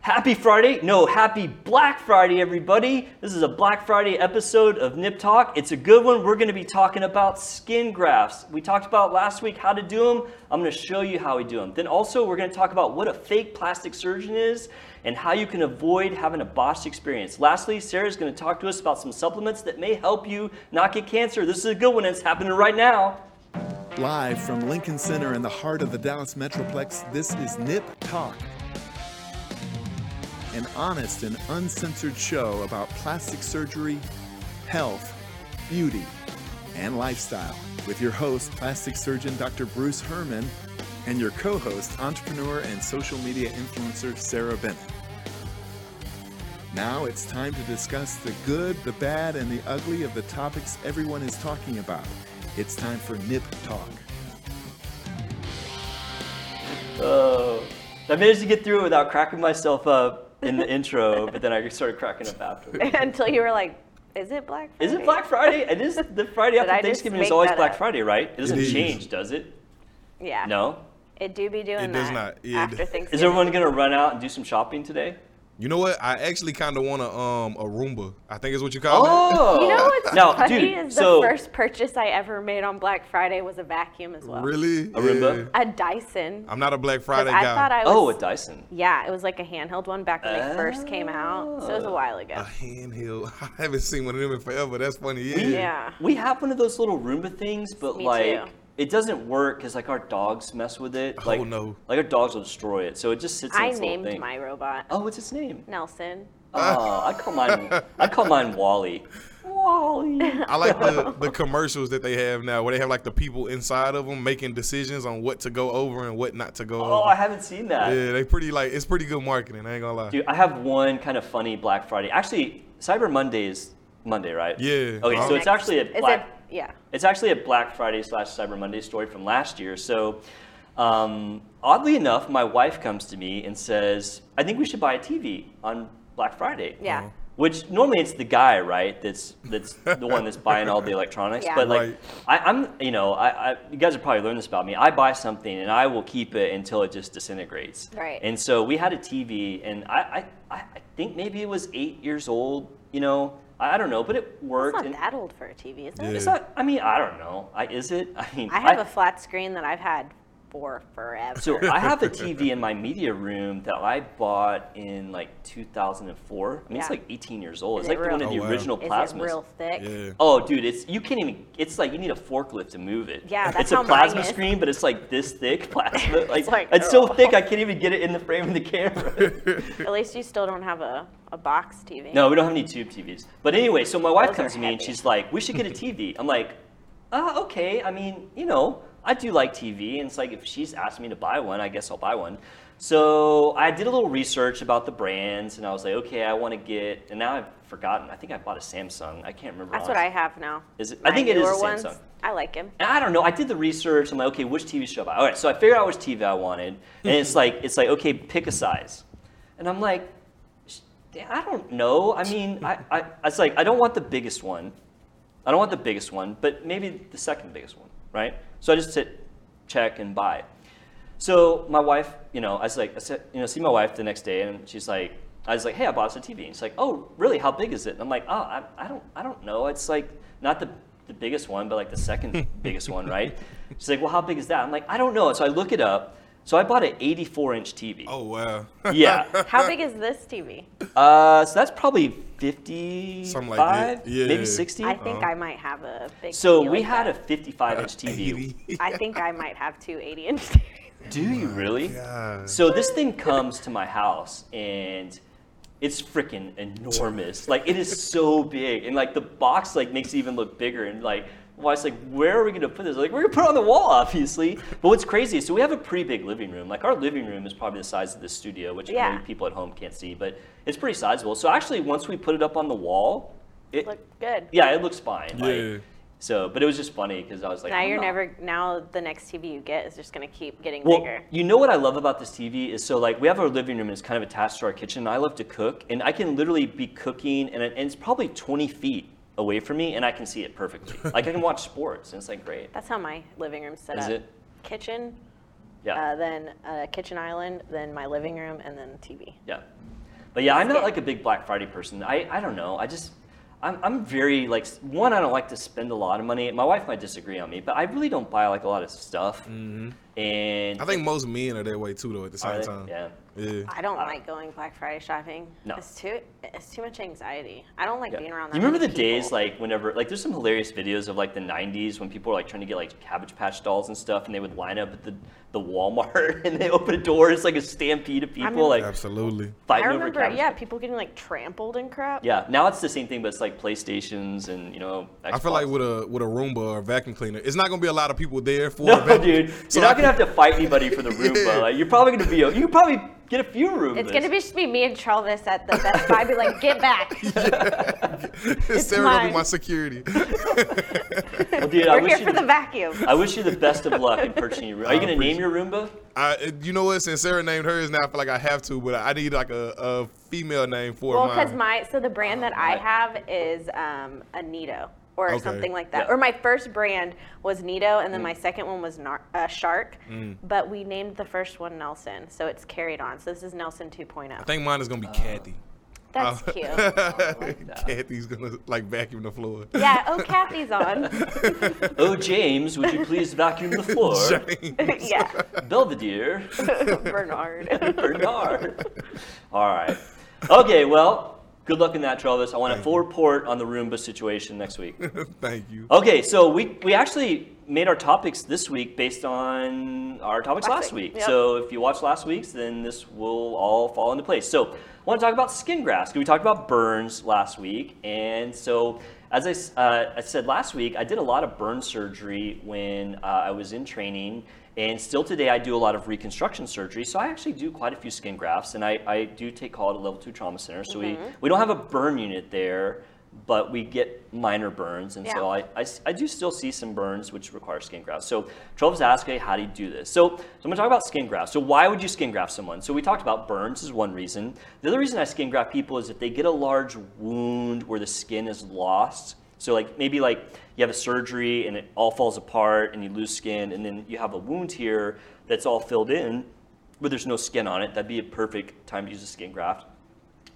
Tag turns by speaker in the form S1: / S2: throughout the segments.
S1: Happy Friday. No, happy Black Friday, everybody. This is a Black Friday episode of Nip Talk. It's a good one. We're going to be talking about skin grafts. We talked about last week how to do them. I'm going to show you how we do them. Then also, we're going to talk about what a fake plastic surgeon is and how you can avoid having a botched experience. Lastly, Sarah's going to talk to us about some supplements that may help you not get cancer. This is a good one, and it's happening right now.
S2: Live from Lincoln Center in the heart of the Dallas Metroplex, this is Nip Talk, an honest and uncensored show about plastic surgery, health, beauty, and lifestyle with your host, plastic surgeon Dr. Bruce Herman, and your co host, entrepreneur and social media influencer Sarah Bennett. Now it's time to discuss the good, the bad, and the ugly of the topics everyone is talking about. It's time for Nip Talk.
S1: Oh, I managed to get through it without cracking myself up in the intro, but then I started cracking up after.
S3: until you were like, is it Black Friday?
S1: Is it Black Friday? It is the Friday after
S3: I just
S1: Thanksgiving is
S3: make
S1: always
S3: that
S1: Black
S3: up?
S1: Friday, right? It doesn't
S2: is.
S1: change, does it?
S3: Yeah.
S1: No.
S3: It do be doing that
S4: It does not. It-
S3: after
S4: Is
S3: Thanksgiving.
S1: Is everyone gonna run out and do some shopping today?
S4: You know what? I actually kind of want a um a Roomba. I think is what you call it.
S1: Oh.
S3: You know what's
S1: no,
S3: funny
S1: dude,
S3: is the
S1: so
S3: first purchase I ever made on Black Friday was a vacuum as well.
S4: Really?
S1: A Roomba?
S3: A Dyson. 'Cause
S4: I'm not a Black Friday
S3: I
S4: guy.
S3: thought I was.
S1: oh, a Dyson.
S3: yeah, it was like a handheld one back when they first came out. So it
S1: Oh.
S3: was a while ago.
S4: a handheld. I haven't seen one of them in forever. That's funny. Yeah.
S3: yeah.
S1: We have one of those little Roomba things, but
S3: Me
S1: like
S3: too.
S1: it doesn't work because like our dogs mess with it.
S4: Oh,
S1: Like,
S4: no.
S1: Like our dogs will destroy it, so it just sits. In
S3: I
S1: its little
S3: named
S1: thing.
S3: my robot
S1: Oh, what's its name?
S3: Nelson.
S1: Oh, I call mine. I call mine Wally. Wally.
S4: I like the, the commercials that they have now, where they have like the people inside of them making decisions on what to go over and what not to go
S1: Oh,
S4: over.
S1: I haven't seen that.
S4: yeah, they pretty like it's pretty good marketing. I ain't gonna lie.
S1: Dude, I have one kind of funny Black Friday. Actually, Cyber Monday is Monday, right?
S4: Yeah.
S1: Okay, so it's
S3: Next-
S1: actually a
S3: is
S1: Black.
S3: it, yeah.
S1: It's actually a Black Friday slash Cyber Monday story from last year. So, um, oddly enough, my wife comes to me and says, "I think we should buy a TV on Black Friday."
S3: Yeah.
S4: Oh.
S1: Which normally it's the guy, right? That's that's the one that's buying all the electronics.
S3: Yeah.
S1: But like,
S4: Right.
S1: I, I'm, you know, I, I you guys have probably learned this about me. I buy something and I will keep it until it just disintegrates.
S3: Right.
S1: And so we had a TV, and I, I, I I think maybe it was eight years old. You know, I, I don't know, but it
S3: It's
S1: worked.
S3: not
S1: and-
S3: that old for a TV, is it?
S4: Yeah.
S1: it's not. I mean, I don't know. I, is it? I mean,
S3: I have a flat screen that I've had for forever.
S1: so I have a TV in my media room that I bought in like 2004. I mean, it's
S3: Yeah.
S1: like 18 years old. It's like
S3: it
S1: the one
S3: real?
S1: of the
S4: Oh, wow.
S1: original
S3: is
S1: plasmas.
S3: it real thick?
S4: yeah.
S1: Oh, dude, it's you can't even. It's like you need a forklift to move it.
S3: Yeah, that's
S1: it's a
S3: how mine
S1: plasma
S3: is.
S1: screen, but it's like this thick plasma. Like it's,
S3: like,
S1: so
S3: oh.
S1: thick I can't even get it in the frame of the camera.
S3: At least you still don't have a, a box TV.
S1: no, we don't have any tube TVs. But anyway, so my wife
S3: Those are
S1: comes to me and
S3: heavy.
S1: she's like, "We should get a TV." I'm like, "Ah, okay. I mean, you know, I do like TV, and it's like if she's asked me to buy one, I guess I'll buy one." So I did a little research about the brands, and I was like, "Okay, I want to get." And now I've forgotten. I think I bought a Samsung. I can't remember.
S3: That's what I
S1: honestly.
S3: have now.
S1: Is it- I
S3: My
S1: think it is a
S3: newer ones,
S1: Samsung.
S3: I like him.
S1: And I don't know. I did the research. I'm like, okay, which TV should I buy? All right, so I figured out which TV I wanted, and it's like, it's like, okay, pick a size, and I'm like, sh- I don't know. I mean, I, I, it's like, I don't want the biggest one, I don't want the biggest one, but maybe the second biggest one, right? So I just hit check and buy. So my wife, you know, I was like, I said, you know, see my wife the next day, and she's like, I was like, hey, I bought us a TV. And she's like, oh, really? How big is it? And I'm like, oh, I, I don't, I don't know. It's like not the the biggest one, but like the second biggest one, right? She's like, well, how big is that? I'm like, I don't know. So I look it up. So I bought an 84 inch TV.
S4: Oh wow.
S1: Yeah.
S3: How big is this TV?
S1: Uh, so that's probably 55,
S4: Something like that.
S1: maybe
S4: Yeah.
S1: 60.
S3: I think I might have a big.
S1: So
S3: TV
S1: we
S3: like
S1: had
S3: that.
S1: a 55 inch TV.
S4: 80.
S3: I think I might have two 80 inch TVs.
S1: Do you really?
S4: Oh God.
S1: So this thing comes to my house and it's freaking enormous. Like it is so big and like the box like makes it even look bigger and like well, it's like, where are we gonna put this? Like, we're gonna put it on the wall, obviously. But what's crazy is, so we have a pretty big living room. Like, our living room is probably the size of this studio, which
S3: Yeah.
S1: maybe people at home can't see, but it's pretty sizable. So actually, once we put it up on the wall, it
S3: Look good.
S1: yeah, it looks fine.
S4: Yeah.
S1: Like, so, but it was just funny because I was like,
S3: Now
S1: I'm
S3: you're
S1: not-
S3: never. Now the next TV you get is just gonna keep getting
S1: well,
S3: bigger.
S1: you know what I love about this TV is so like we have our living room and it's kind of attached to our kitchen. And I love to cook, and I can literally be cooking, and, it- and it's probably 20 feet away from me, and I can see it perfectly. like I can watch sports, and it's like great.
S3: That's how my living room's set
S1: Is
S3: up.
S1: it?
S3: Kitchen,
S1: Yeah,
S3: uh, then uh, kitchen island, then my living room, and then TV.
S1: yeah. But yeah, I'm not
S3: Skip.
S1: like a big Black Friday person. I, I don't know. I just I'm, I'm very like s- one. I don't like to spend a lot of money. My wife might disagree on me, but I really don't buy like a lot of stuff. And
S4: Mm-hmm. I think most men are that way too, though. At the
S1: Are
S4: same
S1: they?
S4: time,
S1: Yeah.
S4: yeah.
S3: I don't like going Black Friday shopping.
S1: No.
S3: It's too it's too much anxiety. I don't like
S1: Yeah.
S3: being around that
S1: you remember the
S3: many people.
S1: days like whenever like there's some hilarious videos of like the 90s when people were like trying to get like cabbage patch dolls and stuff and they would line up at the, the walmart and they open a door it's like a stampede of people
S3: remember-
S1: like
S4: Absolutely.
S3: I
S1: fighting over
S3: remember
S1: cabbage
S3: yeah,
S1: Patch-
S3: people getting like trampled and crap.
S1: yeah now it's the same thing but it's like playstations and you know
S4: I feel like
S1: Xbox.
S4: with a with a Roomba or a vacuum cleaner, it's not gonna be a lot of people there for. a
S1: no
S4: vacuum.
S1: dude
S4: So
S1: you're
S4: I
S1: not gonna
S4: can-
S1: have to fight anybody for the Roomba like, you're probably gonna be you can probably get a few Roombas
S3: It's gonna be just be me and Travis at the Best Buy. Be like, get back.
S4: It's Sarah gonna be
S3: mine.
S4: my security.
S1: Well, dude, I
S3: We're
S1: wish
S3: here
S1: you
S3: for
S1: the-
S3: the vacuum.
S1: I wish you the best of luck in purchasing your Roomba. Are you
S4: I
S1: gonna name your Roomba?
S4: I, it- you know what? Since Sarah named hers, now I feel like I have to, but I need like a, a female name for
S3: Well, because
S4: mine.
S3: my so the brand that I
S1: right.
S3: have is um, a Nito or
S4: Okay.
S3: something like that.
S1: Yeah. Mm.
S3: Or my first brand was Nito, and then my second one was Nar- uh, Shark. But we named the first one Nelson, so it's carried on. So this is Nelson 2.0.
S4: I think mine is gonna
S1: Oh.
S4: be Kathy.
S3: That's
S1: uh,
S3: cute.
S4: Kathy's gonna like vacuum the floor.
S3: yeah. Oh, Kathy's on.
S1: Oh, James, would you please vacuum the floor?
S3: yeah,
S1: Belvedere.
S3: Bernard.
S1: Bernard. All right. Okay, well, good luck in that, Travis. I want a full report on the Roomba situation next week.
S4: Thank you.
S1: Okay, so we, we actually made our topics this week based on our topics
S3: Last
S1: last
S3: week,
S1: week.
S3: yep.
S1: So if you watch last week's, then this will all fall into place. So I want to talk about skin grafts. We talked about burns last week. And so, as I, s- uh, I said last week, I did a lot of burn surgery when uh, I was in training. And still today, I do a lot of reconstruction surgery. So I actually do quite a few skin grafts. And I, I do take call at a level two trauma center. So
S3: Mm-hmm.
S1: we, we don't have a burn unit there. But we get minor burns, and so I,
S3: Yeah.
S1: I, s- I do still see some burns which require skin grafts. So Travis asked, hey, how do you do this? So, so I'm gonna talk about skin grafts. So why would you skin graft someone? So we talked about burns is one reason. The other reason I skin graft people is if they get a large wound where the skin is lost. So like maybe like you have a surgery and it all falls apart and you lose skin and then you have a wound here that's all filled in, but there's no skin on it. That'd be a perfect time to use a skin graft.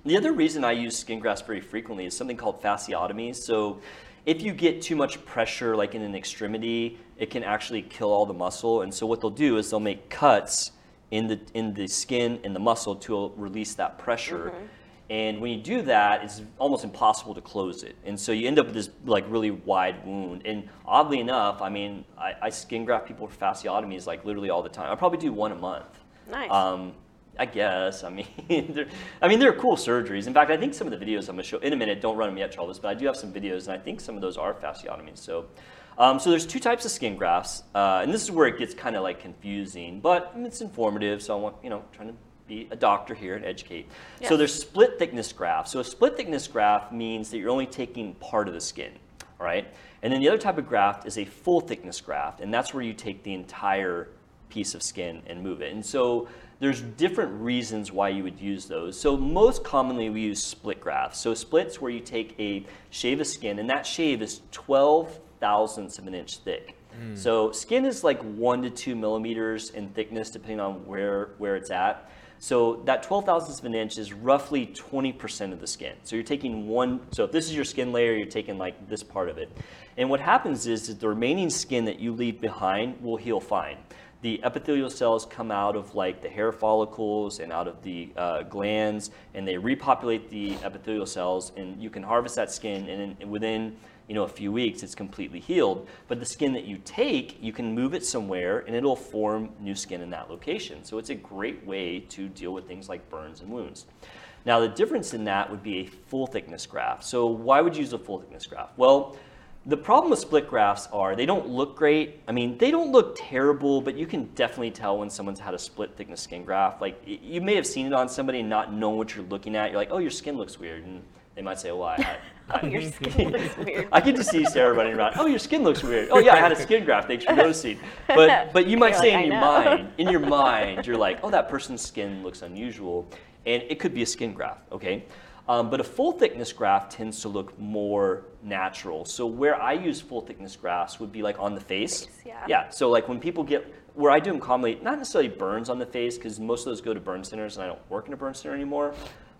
S1: The other reason I use skin grafts very frequently is something called fasciotomy. So, if you get too much pressure, like in an extremity, it can actually kill all the muscle. And so, what they'll do is they'll make cuts in the in the skin and the muscle to release that pressure. And when you do that, it's almost impossible to close it. And so you end up with this like really wide wound. And oddly enough, I mean, I, I skin graft people for fasciotomies like literally all the time. I probably do one a month.
S3: Nice.
S1: Um, I guess. I mean, they're, I mean, they're cool surgeries. In fact, I think some of the videos I'm gonna show in a minute. Don't run them yet, Charles. But I do have some videos, and I think some of those are fasciotomies. So, um, so there's two types of skin grafts, uh, and this is where it gets kind of like confusing, but it's informative. So I want you know trying to be a doctor here and educate. So
S3: Yes.
S1: there's split thickness grafts. So a split thickness graft means that you're only taking part of the skin. All right. And then the other type of graft is a full thickness graft, and that's where you take the entire piece of skin and move it. And so there's different reasons why you would use those. So most commonly we use split grafts. So splits where you take a shave of skin, and that shave is 12 thousandths of an inch thick. So skin is like one to two millimeters in thickness, depending on where where it's at. So that 12 thousandths of an inch is roughly 20% of the skin. So you're taking one, so if this is your skin layer, you're taking like this part of it. And what happens is, is the remaining skin that you leave behind will heal fine. The epithelial cells come out of like the hair follicles and out of the uh, glands, and they repopulate the epithelial cells, and you can harvest that skin, and then within you know a few weeks, it's completely healed. But the skin that you take, you can move it somewhere, and it'll form new skin in that location. So it's a great way to deal with things like burns and wounds. Now the difference in that would be a full thickness graft. So why would you use a full thickness graft? Well, the problem with split grafts are they don't look great. I mean, they don't look terrible, but you can definitely tell when someone's had a split thickness skin graft. Like y- you may have seen it on somebody and not know what you're looking at. You're like, oh, your skin looks weird, and they might say, well, I, I,
S3: Your skin looks weird.
S1: I can just see Sarah running around. Oh, your skin looks weird. Oh yeah, I had a skin graft. Thanks for noticing. But but you might
S3: You're
S1: say
S3: like,
S1: in your
S3: "I know."
S1: mind, in your mind, you're like, oh, that person's skin looks unusual, and it could be a skin graft. Okay. Um, but a full thickness graft tends to look more natural. So where I use full thickness grafts would be like on the face.
S3: Face, yeah.
S1: Yeah. So like when people get where I do them commonly, not necessarily burns on the face because most of those go to burn centers, and I don't work in a burn center anymore.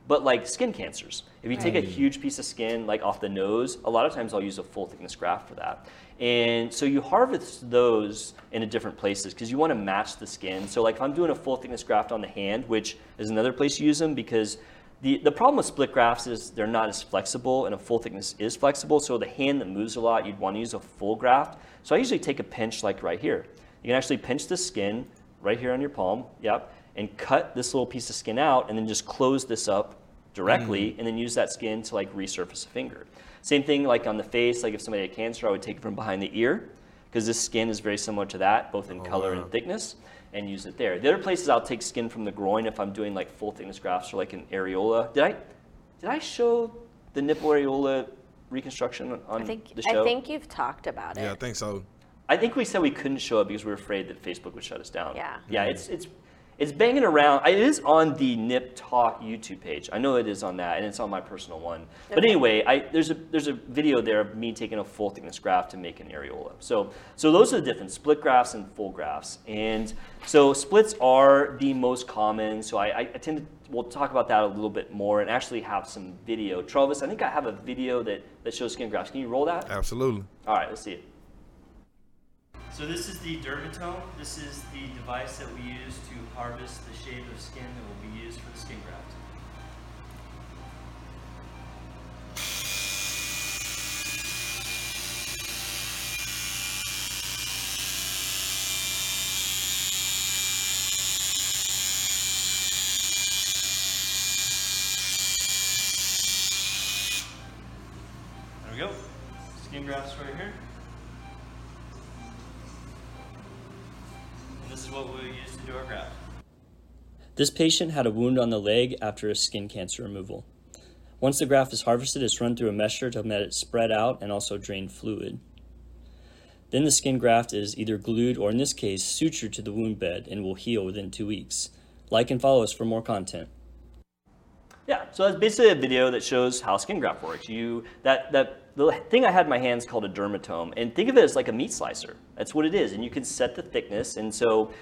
S1: but like skin cancers. If you take a huge piece of skin, like off the nose, a lot of times I'll use a full thickness graft for that. And so you harvest those in different places because you want to match the skin. So like if I'm doing a full thickness graft on the hand, which is another place you use them because the, the problem with split grafts is they're not as flexible, and a full thickness is flexible. So the hand that moves a lot, you'd want to use a full graft. So I usually take a pinch like right here. You can actually pinch the skin right here on your palm, yep, and cut this little piece of skin out, and then just close this up directly, and then use that skin to like resurface a finger. Same thing like on the face. Like if somebody had cancer, I would take it from behind the ear because this skin is very similar to that, both in color and thickness, and use it there. The other places I'll take skin from the groin if I'm doing like full thickness grafts or like an areola. Did I did I show the nipple areola reconstruction on
S3: I think
S1: the show?
S3: I think you've talked about it.
S4: Yeah, I think so.
S1: I think we said we couldn't show it because we were afraid that Facebook would shut us down.
S3: Yeah.
S1: Yeah, it's it's it's banging around. It is on the Nip Talk YouTube page. I know it is on that, and it's on my personal one. But
S3: Okay.
S1: anyway, I there's a there's a video there of me taking a full thickness graft to make an areola. So so those are the different split grafts and full grafts. And so splits are the most common. So I, I, I tend to we'll talk about that a little bit more and actually have some video. Travis, I think I have a video that, that shows skin grafts. Can you roll that?
S4: Absolutely.
S1: All right, let's see it. So this is the dermatome. This is the device that we use to harvest the shade of skin that will be used for the skin graft. There we go. Skin grafts right here. And this is what we'll use to do our graft. This patient had a wound on the leg after a skin cancer removal. Once the graft is harvested, it's run through a mesher to let it spread out and also drain fluid. Then the skin graft is either glued or, in this case, sutured to the wound bed and will heal within two weeks. Like and follow us for more content. Yeah, so that's basically a video that shows how skin graft works. You that that the thing I had in my hands called a dermatome, and think of it as like a meat slicer. That's what it is, and you can set the thickness. And so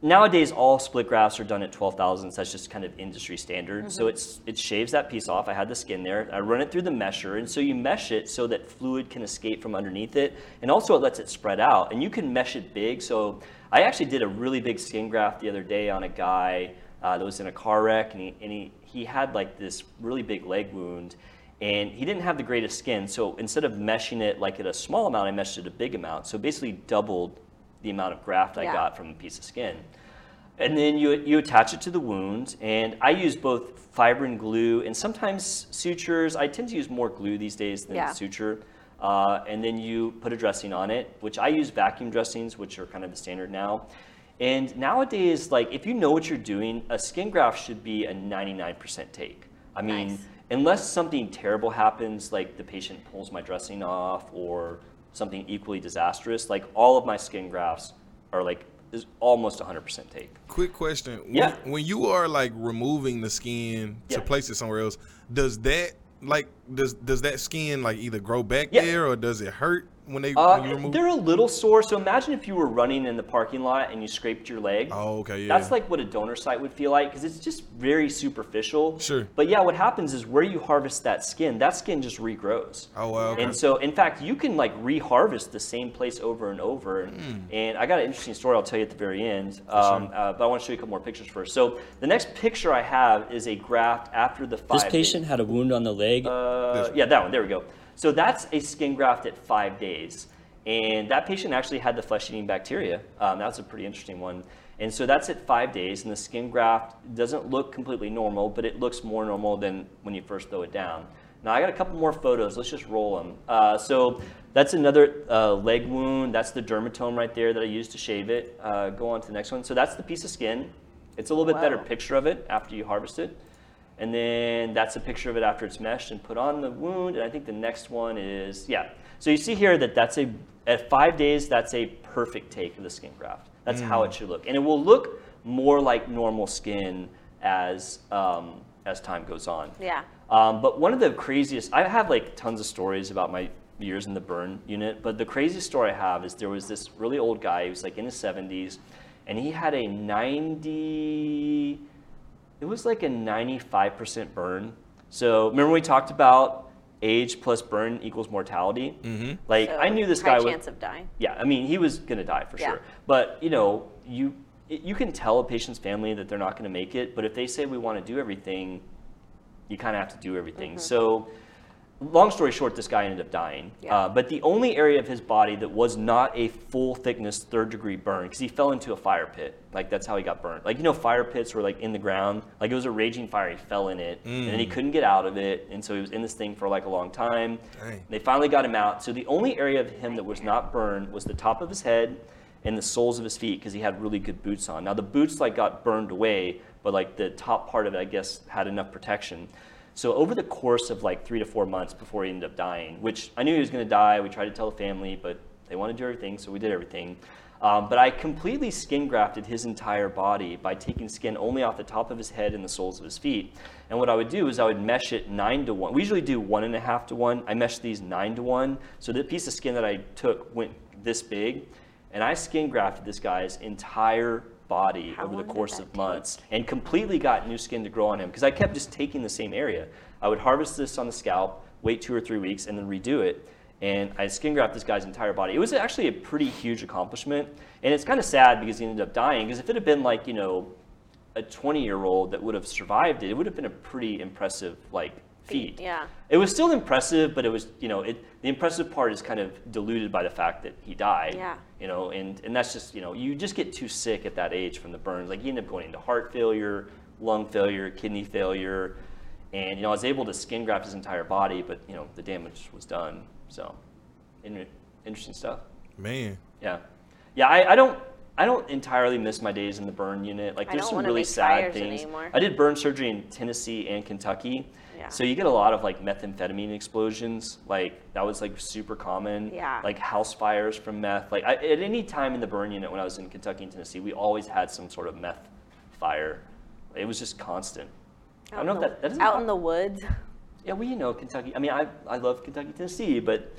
S1: nowadays, all split grafts are done at twelve thousandths. That's just kind of industry standard. So it's it shaves that piece off. I had the skin there. I run it through the mesher, and so you mesh it so that fluid can escape from underneath it, and also it lets it spread out. And you can mesh it big. So I actually did a really big skin graft the other day on a guy uh, that was in a car wreck, and he, and he he had like this really big leg wound, and he didn't have the greatest skin. So instead of meshing it like at a small amount, I meshed it a big amount. So basically doubled the amount of graft I
S3: Yeah.
S1: got from a piece of skin. And then you, you attach it to the wound, and I use both fibrin glue and sometimes sutures. I tend to use more glue these days than
S3: Yeah.
S1: suture. Uh, and then you put a dressing on it, which I use vacuum dressings, which are kind of the standard now. And nowadays, like if you know what you're doing, a skin graft should be a 99% take. I mean,
S3: Nice.
S1: unless something terrible happens, like the patient pulls my dressing off or something equally disastrous, like all of my skin grafts are like is almost 100% take.
S4: Quick question. When-
S1: Yeah.
S4: When, you are like removing the skin to
S1: Yeah.
S4: place it somewhere else, does that like does does that skin like either grow back
S1: Yeah.
S4: there or does it hurt when they when you
S1: Uh,
S4: remove?
S1: they're a little sore. So imagine if you were running in the parking lot and you scraped your leg.
S4: Oh, okay, yeah.
S1: That's like what a donor site would feel like because it's just very superficial.
S4: Sure.
S1: But yeah, what happens is where you harvest that skin, that skin just regrows.
S4: Oh, wow, okay.
S1: And so, in fact, you can like reharvest the same place over and over.
S4: Hmm.
S1: And I got an interesting story I'll tell you at the very end. Um, uh, but I want to show you a couple more pictures first. So the next picture I have is a graft after the five.
S5: This patient had a wound on the leg.
S1: Uh, yeah, that one. There we go. So that's a skin graft at five days, and that patient actually had the flesh-eating bacteria. Um, that's a pretty interesting one. And so that's at five days, and the skin graft doesn't look completely normal, but it looks more normal than when you first throw it down. Now I got a couple more photos. Let's just roll them. Uh, so that's another uh, leg wound. That's the dermatome right there that I used to shave it. Uh, go on to the next one. So that's the piece of skin. It's a little bit better
S3: Wow.
S1: picture of it after you harvest it. And then that's a picture of it after it's meshed and put on the wound. And I think the next one is, yeah. So you see here that that's a, at five days, that's a perfect take of the skin graft. That's how it should look. And it will look more like normal skin as, um, as time goes on.
S3: Yeah.
S1: Um, but one of the craziest, I have like tons of stories about my years in the burn unit, but the craziest story I have is there was this really old guy, he was like in his 70s, and he had a 90, It was like a 95% burn. So remember we talked about age plus burn equals mortality? Mm-hmm. Like
S3: So,
S1: I knew this
S3: high
S1: guy was
S3: chance of dying.
S1: yeah, I mean, he was gonna die for
S3: Yeah.
S1: sure. But you know, you it- you can tell a patient's family that they're not gonna make it. But if they say we want to do everything, you kind of have to do everything.
S3: Mm-hmm.
S1: So, long story short, this guy ended up dying.
S3: Yeah.
S1: Uh, but the only area of his body that was not a full thickness third degree burn, because he fell into a fire pit. Like that's how he got burned. Like you know, fire pits were like in the ground. Like it was a raging fire. He fell in it, and then he couldn't get out of it, and so he was in this thing for like a long time.
S4: Dang.
S1: They finally got him out. So the only area of him that was not burned was the top of his head and the soles of his feet because he had really good boots on. Now the boots like got burned away, but like the top part of it, I guess, had enough protection. So over the course of like three to four months before he ended up dying, which I knew he was going to die, we tried to tell the family, but they wanted to do everything, so we did everything. Um, but I completely skin grafted his entire body by taking skin only off the top of his head and the soles of his feet. And what I would do is I would mesh it nine to one. We usually do one and a half to one. I meshed these nine to one. So the piece of skin that I took went this big, and I skin grafted this guy's entire body
S3: How
S1: over
S3: long
S1: the
S3: did
S1: course
S3: that
S1: of months and completely got new skin to grow on him because I kept just taking the same area. I would harvest this on the scalp, wait two or three weeks, and then redo it. And I skin grafted this guy's entire body. It was actually a pretty huge accomplishment. And it's kind of sad because he ended up dying because if it had been like, you know, a 20 year old that would have survived it, it would have been a pretty impressive, like, feat.
S3: Yeah.
S1: It was still impressive, but it was, you know, it, the impressive part is kind of diluted by the fact that he died.
S3: Yeah.
S1: You know, and, and that's just, you know, you just get too sick at that age from the burns. Like, he ended up going into heart failure, lung failure, kidney failure. And, you know, I was able to skin graft his entire body, but, you know, the damage was done. So, in, interesting stuff.
S4: Man.
S1: Yeah. Yeah, I, I don't. I don't entirely miss my days in the burn unit. Like,
S3: I
S1: there's
S3: don't
S1: some
S3: wanna
S1: really
S3: make
S1: sad
S3: fires
S1: things.
S3: anymore.
S1: I did burn surgery in Tennessee and Kentucky,
S3: Yeah.
S1: so you get a lot of like methamphetamine explosions. Like that was like super common.
S3: Yeah.
S1: Like house fires from meth. Like I, at any time in the burn unit when I was in Kentucky and Tennessee, we always had some sort of meth fire. It was just constant. I don't know if that, that doesn't
S3: out in the woods.
S1: yeah, well, you know, Kentucky. I mean, I, I love Kentucky, Tennessee, but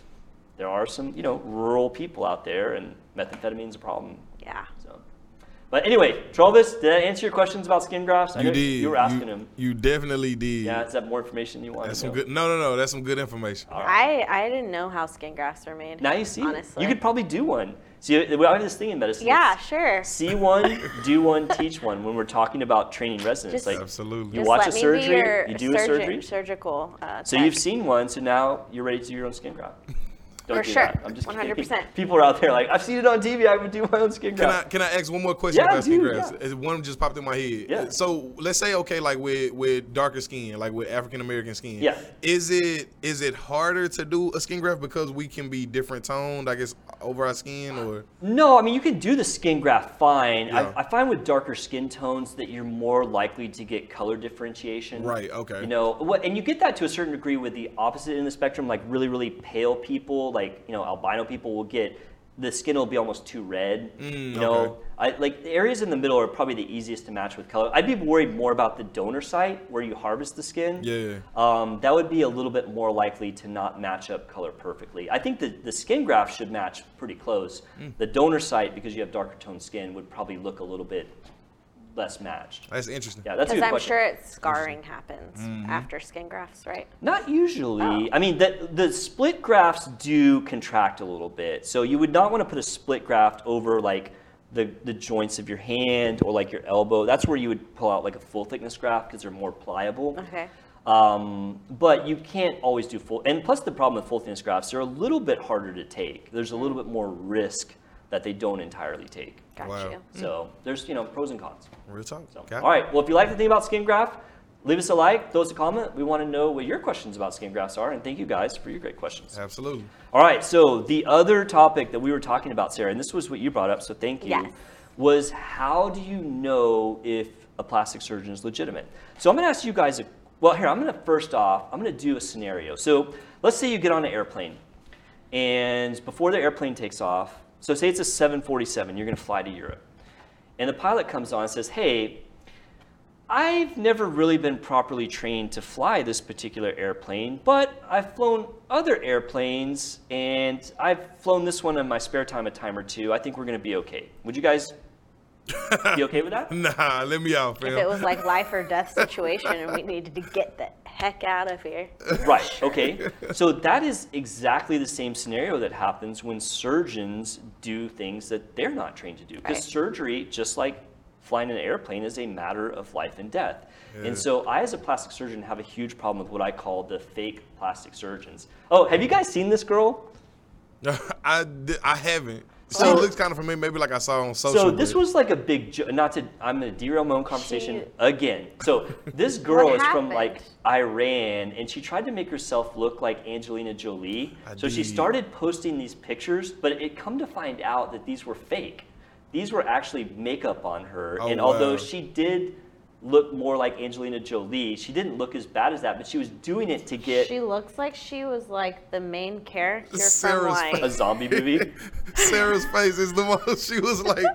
S1: there are some, you know, rural people out there, and methamphetamine's a problem.
S3: Yeah.
S1: So, but anyway, Travis, did that answer your questions about skin grafts? I
S4: You
S1: know
S4: did.
S1: You were asking him.
S4: You definitely did.
S1: Yeah, is that more information you want?
S4: that's some good. No, no, no. That's some good information.
S3: I I didn't know how skin grafts are made.
S1: Now you see, it.
S3: honestly.
S1: you could probably do one. See, we have this thing in medicine.
S3: yeah,
S1: it's
S3: sure.
S1: See one, do one, teach one. When we're talking about training residents,
S3: Just-
S1: like
S4: Absolutely.
S1: You watch
S3: let
S1: a
S3: me be
S1: surgery,
S3: your
S1: you do a
S3: surgeon-
S1: surgery.
S3: Surgical. Uh,
S1: So
S3: tech.
S1: you've seen one, so now you're ready to do your own skin graft. Don't
S3: For
S1: do
S3: sure.
S1: that. I'm just kidding.
S3: 100%.
S1: People are out there like, I've seen it on TV. I would do my own skin
S4: Can I
S1: graft.
S4: can I ask one more question
S1: Yeah,
S4: about skin
S1: dude,
S4: grafts?
S1: yeah.
S4: Uh, One just popped in my head.
S1: Yeah.
S4: So let's say okay, like with with darker skin, like with African American skin.
S1: Yeah.
S4: Is it is it harder to do a skin graft because we can be different toned, I guess, over our skin or
S1: No, I mean you can do the skin graft fine.
S4: Yeah.
S1: I, I find with darker skin tones that you're more likely to get color differentiation.
S4: Right, okay.
S1: You know what? And you get that to a certain degree with the opposite end of the spectrum, like really, really pale people, like you know albino people will get the skin will be almost too red. you know,
S4: Mm, okay.
S1: I, like the areas in the middle are probably the easiest to match with color. I'd be worried more about the donor site where you harvest the skin.
S4: Yeah.
S1: um, that would be a little bit more likely to not match up color perfectly. I think the, the skin graft should match pretty close. The donor site, because you have darker toned skin, would probably look a little bit less matched.
S4: That's interesting.
S1: Yeah, that's a
S3: Because
S1: good
S3: I'm
S1: question.
S3: sure it's scarring
S1: Mm-hmm.
S3: happens
S4: Mm-hmm.
S3: after skin grafts, right?
S1: Not usually.
S3: Oh.
S1: I mean, the, the split grafts do contract a little bit. So you would not want to put a split graft over like the, the joints of your hand or like your elbow. That's where you would pull out like a full thickness graft because they're more pliable.
S3: Okay.
S1: Um, but you can't always do full. And plus, the problem with full thickness grafts, they're a little bit harder to take. There's a little bit more risk that they don't entirely take.
S3: Got
S4: Wow.
S3: you.
S1: So there's you know pros and cons.
S4: Real talk.
S1: So,
S4: Got it.
S1: all right. Well, if you like the thing about skin graft, leave us a like, throw us a comment. We want to know what your questions about skin grafts are, and thank you guys for your great questions.
S4: Absolutely.
S1: All right. So the other topic that we were talking about, Sarah, and this was what you brought up, so thank you,
S3: Yes.
S1: was how do you know if a plastic surgeon is legitimate? So I'm going to ask you guys. A, well, here I'm going to first off, I'm going to do a scenario. So let's say you get on an airplane, and before the airplane takes off, so say it's a 747, you're going to fly to Europe, and the pilot comes on and says, "Hey, I've never really been properly trained to fly this particular airplane, but I've flown other airplanes and I've flown this one in my spare time a time or two. I think we're going to be okay. Would you guys You okay with that?
S4: Nah, let me out,
S3: If it
S4: fam.
S3: was like life or death situation and we needed to get the heck out of here.
S1: Right. Okay. So that is exactly the same scenario that happens when surgeons do things that they're not trained to do. Because
S3: Right.
S1: surgery, just like flying an airplane, is a matter of life and death. And so I, as a plastic surgeon, have a huge problem with what I call the fake plastic surgeons. Oh, have you guys seen this girl?
S4: I, di- I haven't. She
S1: So-
S4: looks kind of familiar. Maybe like I saw on social.
S1: So this
S4: media.
S1: was like a big jo- not to I'm gonna derail my own conversation
S3: She-
S1: again. So this girl
S3: What
S1: is from like
S3: happened?
S1: Iran and she tried to make herself look like Angelina Jolie.
S4: I
S1: so she
S4: did.
S1: started posting these pictures, but it come to find out that these were fake. These were actually makeup on her,
S4: Oh,
S1: and although
S4: wow.
S1: she did look more like Angelina Jolie, she didn't look as bad as that. But she was doing it to get
S3: She looks like she was like the main character from
S4: Sarah's
S1: a
S3: like.
S1: zombie movie.
S4: Sarah's face is the most. She was like,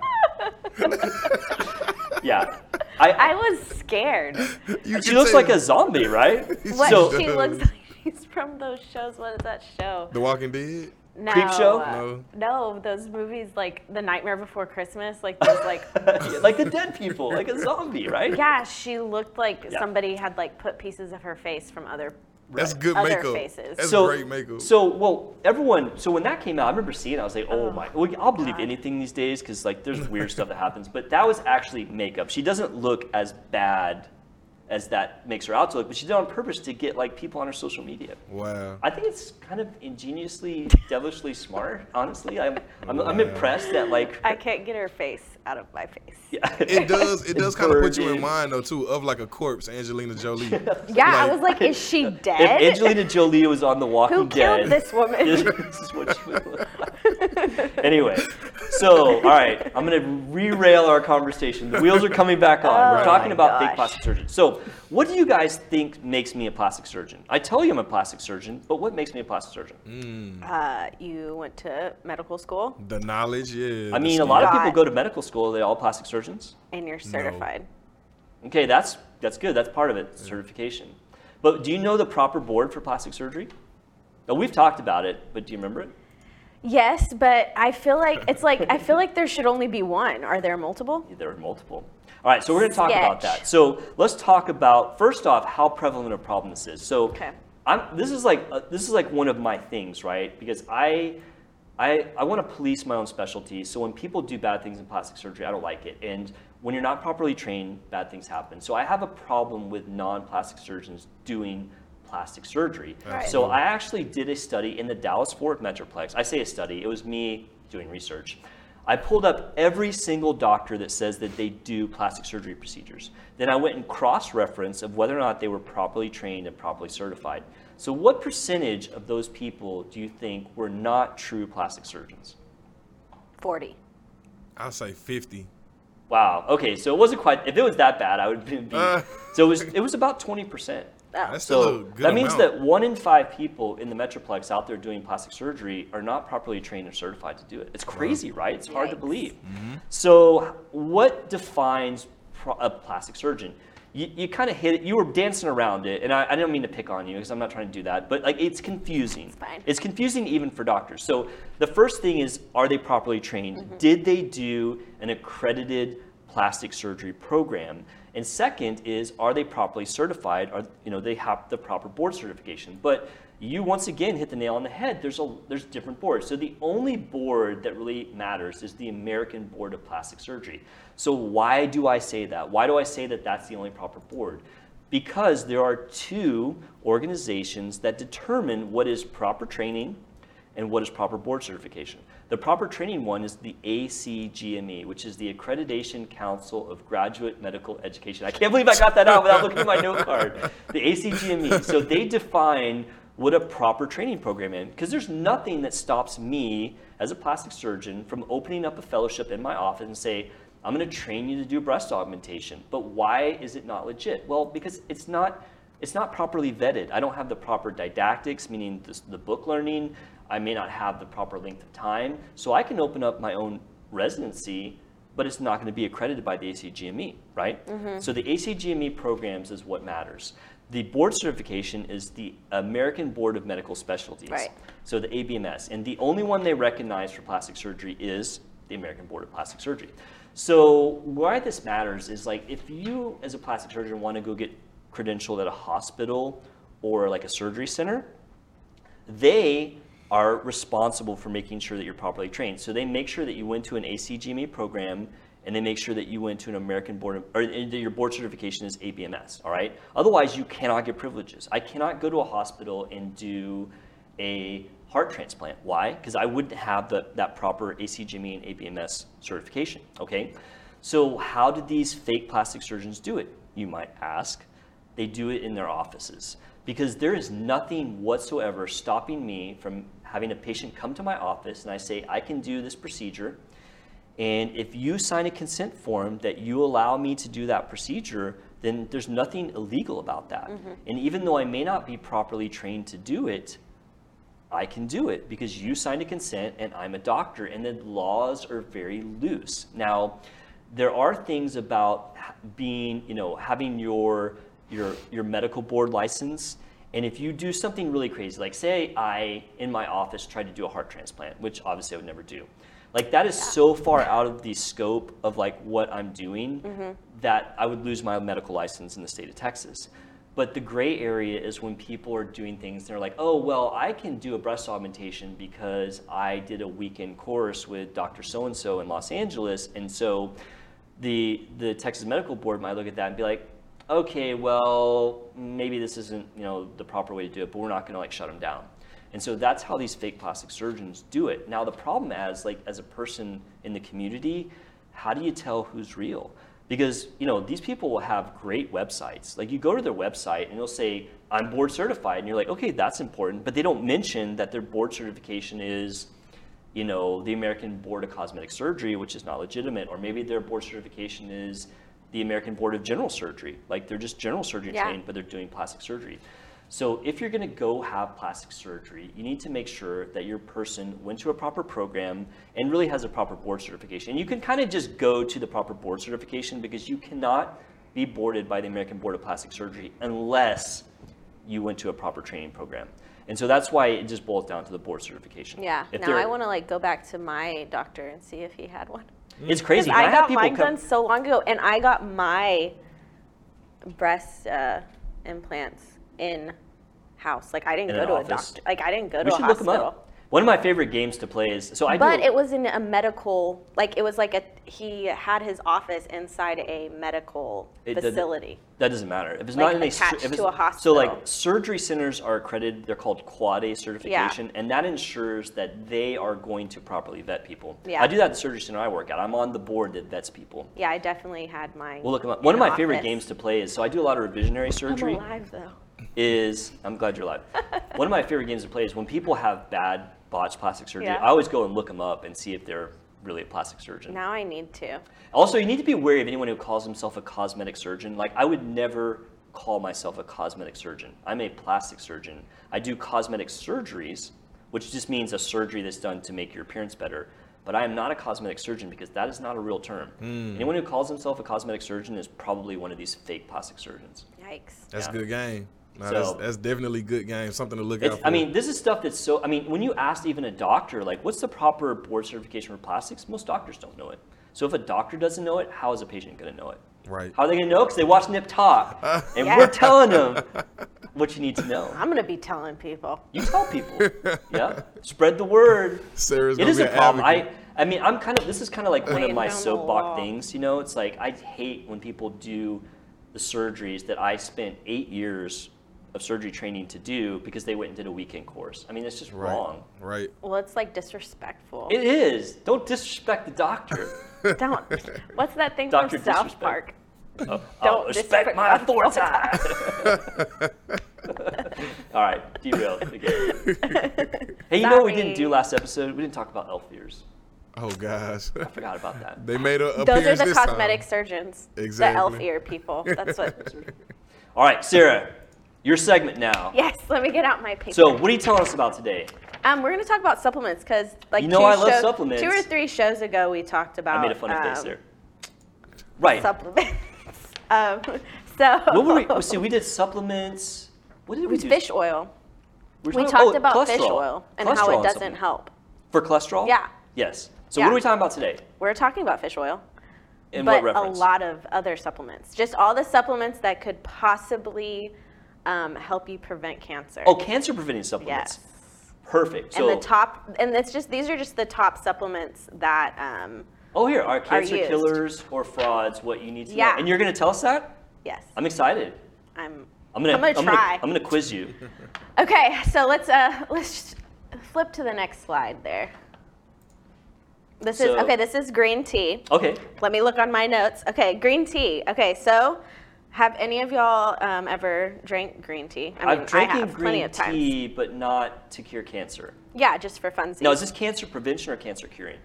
S1: yeah, I.
S3: I was scared.
S4: you
S1: she
S4: could
S1: looks
S4: tell-
S1: like a zombie, right?
S3: What
S1: So-
S3: she looks like she's from those shows. What is that show?
S4: The Walking Dead.
S3: No,
S1: Show?
S3: uh,
S4: No.
S3: No, those movies like The Nightmare Before Christmas. Like those like.
S1: like the dead people, like a zombie, right?
S3: Yeah, she looked like
S1: Yeah.
S3: somebody had like put pieces of her face from other.
S4: That's good
S3: Other
S4: makeup.
S3: faces.
S4: That's great makeup.
S1: So, well, everyone, so when that came out, I remember seeing it, I was like, oh, my, well, I'll believe
S3: God.
S1: anything these days because, like, there's weird stuff that happens. But that was actually makeup. She doesn't look as bad as that makes her out to look, but she did it on purpose to get, like, people on her social media.
S4: wow.
S1: I think it's kind of ingeniously, devilishly smart, honestly. I'm, I'm, I'm
S4: Wow.
S1: impressed that, like,
S3: I can't get her face out of my face. Yeah,
S4: It does. It does kind of put you in
S1: Birdie.
S4: mind though too of like a corpse, Angelina Jolie.
S3: I was like, is she
S1: if
S3: dead?
S1: Angelina Jolie was on The Walking
S3: Who
S1: Dead.
S3: killed this
S1: this
S3: woman?
S1: is what you would look like. Anyway, so all right, I'm gonna re-rail our conversation. The wheels are coming back on. We're
S3: Oh
S1: talking
S3: my
S1: about fake
S3: gosh.
S1: plastic surgeons. So, what do you guys think makes me a plastic surgeon? I tell you I'm a plastic surgeon, but what makes me a plastic surgeon?
S3: uh, you went to medical school
S4: the knowledge, yeah.
S1: I
S4: the
S1: mean, a
S4: skill.
S1: lot of people
S3: God.
S1: go to medical school. Are they all plastic surgeons?
S3: and you're certified.
S1: Okay, that's that's good. That's part of it, certification. But do you know the proper board for plastic surgery? Now, we've talked about it, but do you remember it?
S3: Yes, but I feel like it's like I feel like there should only be one. Are there multiple?
S1: There are multiple. All right, so we're going to talk about
S3: Sketch.
S1: that. So let's talk about first off how prevalent a problem this is. So
S3: Okay.
S1: I'm, this is like uh, this is like one of my things, right? Because I I I want to police my own specialty. So when people do bad things in plastic surgery, I don't like it. And when you're not properly trained, bad things happen. So I have a problem with non-plastic surgeons doing plastic surgery.
S3: Right.
S1: So I actually did a study in the Dallas Fort Metroplex. I say a study, it was me doing research. I pulled up every single doctor that says that they do plastic surgery procedures. Then I went and cross referenced of whether or not they were properly trained and properly certified. So, what percentage of those people do you think were not true plastic surgeons?
S3: Forty.
S4: I say fifty.
S1: Wow. Okay. So it wasn't quite. If it was that bad, I would be.
S4: Uh.
S1: so it was. It was about twenty percent.
S3: Oh,
S4: That's still a
S1: So
S4: good
S1: that means
S4: amount.
S1: that one in five people in the Metroplex out there doing plastic surgery are not properly trained or certified to do it. It's crazy, right? It's hard to
S3: Yikes.
S1: believe.
S4: Mm-hmm.
S1: So, what defines pro- a plastic surgeon? You, you kind of hit it. You were dancing around it, and I, I don't mean to pick on you because I'm not trying to do that. But like, it's confusing. It's
S3: fine.
S1: It's confusing even for doctors. So the first thing is, are they properly trained? Did they do an accredited plastic surgery program? And second is, are they properly certified? Are you know they have the proper board certification? But you once again hit the nail on the head. There's a there's different boards. So the only board that really matters is the American Board of Plastic Surgery. So why do I say that? Why do I say that that's the only proper board? Because there are two organizations that determine what is proper training and what is proper board certification. The proper training one is the ACGME, E, which is the Accreditation Council of Graduate Medical Education. I can't believe I got that out without looking at my note card. The ACGME. E. So they define what a proper training program is, because there's nothing that stops me as a plastic surgeon from opening up a fellowship in my office and say, I'm going to train you to do breast augmentation. But why is it not legit? Well, because it's not it's not properly vetted. I don't have the proper didactics, meaning the, the book learning. I may not have the proper length of time. So I can open up my own residency, but it's not going to be accredited by the ACGME, E, right? So the ACGME E programs is what matters. The board certification is the American Board of Medical Specialties.
S3: Right.
S1: So the ABMS. And the only one they recognize for plastic surgery is the American Board of Plastic Surgery. So why this matters is like if you as a plastic surgeon want to go get credentialed at a hospital or like a surgery center, they are responsible for making sure that you're properly trained. So they make sure that you went to an ACGME E program and they make sure that you went to an American board of, or that your board certification is ABMS, all right? Otherwise, you cannot get privileges. I cannot go to a hospital and do a heart transplant. Why? Because I wouldn't have the, that proper ACGME E and ABMS certification, okay? So how did these fake plastic surgeons do it, you might ask? They do it in their offices because there is nothing whatsoever stopping me from having a patient come to my office and I say, I can do this procedure. And if you sign a consent form that you allow me to do that procedure, then there's nothing illegal about that. And even though I may not be properly trained to do it, I can do it because you signed a consent and I'm a doctor. And the laws are very loose. Now, there are things about h- being, you know, having your your your medical board license. And if you do something really crazy, like say I in my office tried to do a heart transplant, which obviously I would never do. Like that is so far out of the scope of like what I'm doing that I would lose my medical license in the state of Texas. But the gray area is when people are doing things, they're like, oh, well, I can do a breast augmentation because I did a weekend course with Dr. So and so in Los Angeles. And so the, the Texas Medical Board might look at that and be like, okay, well, maybe this isn't you know, the proper way to do it, but we're not going to like shut them down. And so that's how these fake plastic surgeons do it. Now the problem as like as a person in the community, how do you tell who's real? Because you know these people will have great websites. Like you go to their website and they'll say I'm board certified, and you're like, okay, that's important, but they don't mention that their board certification is, you know, the American Board of Cosmetic Surgery, which is not legitimate, or maybe their board certification is the American Board of General Surgery. Like they're just general surgery
S3: Yeah.
S1: trained, but they're doing plastic surgery. So if you're going to go have plastic surgery, you need to make sure that your person went to a proper program and really has a proper board certification. And you can kind of just go to the proper board certification because you cannot be boarded by the American Board of Plastic Surgery unless you went to a proper training program. And so that's why it just boils down to the board certification.
S3: Yeah.
S1: If
S3: now
S1: they're-
S3: I want to like go back to my doctor and see if he had one.
S1: It's crazy.
S3: I
S1: When have
S3: got
S1: people
S3: mine
S1: come-
S3: done so long ago, and I got my breast uh, implants in house. Like I didn't
S1: In
S3: go
S1: an
S3: to a
S1: office.
S3: doctor. Like I didn't go to
S1: We
S3: a
S1: should look
S3: hospital.
S1: them up. One of my favorite games to play is so I
S3: But
S1: do,
S3: it was in a medical, like it was like a he had his office inside a medical
S1: It doesn't-
S3: facility.
S1: That doesn't matter. If it's
S3: Like,
S1: not in a, sur-
S3: attached
S1: if it's,
S3: to a
S1: So
S3: hospital.
S1: like surgery centers are accredited. They're called Quad A certification, and that ensures that they are going to properly vet people.
S3: Yeah.
S1: I do that at the surgery center I work at. I'm on the board that vets people.
S3: Yeah, I definitely had mine.
S1: We'll look 'em up.
S3: in
S1: One of
S3: an
S1: my favorite
S3: office.
S1: games to play is so I do a lot of revisionary
S3: I'm
S1: surgery.
S3: alive though.
S1: is I'm glad you're alive. One of my favorite games to play is when people have bad botched plastic surgery.
S3: Yeah.
S1: I always go and look them up and see if they're really a plastic surgeon.
S3: Now I need to.
S1: Also, you need to be wary of anyone who calls himself a cosmetic surgeon. Like I would never call myself a cosmetic surgeon. I'm a plastic surgeon. I do cosmetic surgeries, which just means a surgery that's done to make your appearance better. But I am not a cosmetic surgeon because that is not a real term. Anyone who calls himself a cosmetic surgeon is probably one of these fake plastic surgeons.
S3: Yikes.
S4: That's
S1: Yeah.
S4: good game. Nah,
S1: So-
S4: that's, that's definitely good game. Something to look out
S1: It's,
S4: for.
S1: I mean, this is stuff that's so. I mean, when you ask even a doctor, like, what's the proper board certification for plastics? Most doctors don't know it. So if a doctor doesn't know it, how is a patient going to know it?
S4: Right.
S1: How are they going to know? Because they watch Nip Talk, and
S3: Yeah.
S1: we're telling them what you need to know.
S3: I'm gonna be telling people.
S1: You tell people. yeah. Spread the word. It
S4: Sarah's gonna
S1: is
S4: be
S1: a
S4: an
S1: problem. I,
S4: advocate.
S1: I mean, I'm kind of, this is kind of like one of
S3: Laying
S1: my
S3: down the
S1: soapbox
S3: law.
S1: things, you know? It's like, I hate when people do the surgeries that I spent eight years of surgery training to do because they went and did a weekend course. I mean, it's just
S4: right.
S1: wrong.
S4: Right.
S3: Well, it's like disrespectful.
S1: It is. Don't disrespect the doctor.
S3: Don't. What's that thing
S1: Dr.
S3: from South
S1: Disrespect.
S3: Park?
S1: Don't
S3: Don't
S1: Oh, respect
S3: disrespect
S1: my
S3: my
S1: authority. All right, derailed again. Hey, you know what we didn't do
S3: Sorry.
S1: last episode? We didn't talk about elf ears.
S4: Oh gosh.
S1: Forgot about that.
S4: they made a
S3: Those are
S4: appearance
S3: the
S4: this time.
S3: cosmetic surgeons. The elf
S4: Exactly.
S3: ear people. That's what.
S1: All right, Sarah, your segment now.
S3: yes. Let me get out my paper.
S1: So, what are you telling us about today?
S3: Um, we're gonna talk about supplements because, like,
S1: You know
S3: two,
S1: I love
S3: show-
S1: supplements.
S3: two or three shows ago, we talked about.
S1: I made a funny face
S3: um,
S1: there. Right.
S3: Supplements. um, so.
S1: what were we? well, See, we did supplements. What did we do?
S3: fish oil.
S1: We're
S3: We
S1: talking-
S3: talked
S1: oh,
S3: about fish
S1: cholesterol.
S3: oil and how
S1: Cholesterol
S3: it doesn't
S1: supplement.
S3: help.
S1: for cholesterol.
S3: Yeah.
S1: Yes. So,
S3: Yeah.
S1: what are we talking about today?
S3: We're talking about fish oil.
S1: In
S3: but
S1: what reference?
S3: a lot of other supplements. Just all the supplements that could possibly um, help you prevent cancer.
S1: Oh, cancer preventing supplements.
S3: Yes.
S1: Perfect.
S3: And
S1: So,
S3: the top, and it's just these are just the top supplements that. Um,
S1: oh, here are cancer
S3: used.
S1: killers or frauds. What you need to
S3: Yeah.
S1: know, and you're gonna tell us that?
S3: yes,
S1: I'm excited.
S3: I'm.
S1: I'm gonna.
S3: I'm gonna try.
S1: I'm gonna quiz you.
S3: Okay, so let's uh, let's just flip to the next slide there. This
S1: So-
S3: is okay. This is green tea.
S1: Okay.
S3: Let me look on my notes. Okay, green tea. Okay, so have any of y'all um, ever drank green tea? I
S1: I've drinking
S3: have plenty
S1: green
S3: of times.
S1: tea, but not to cure cancer.
S3: Yeah, just for funsies.
S1: Now, is this cancer prevention or cancer curing?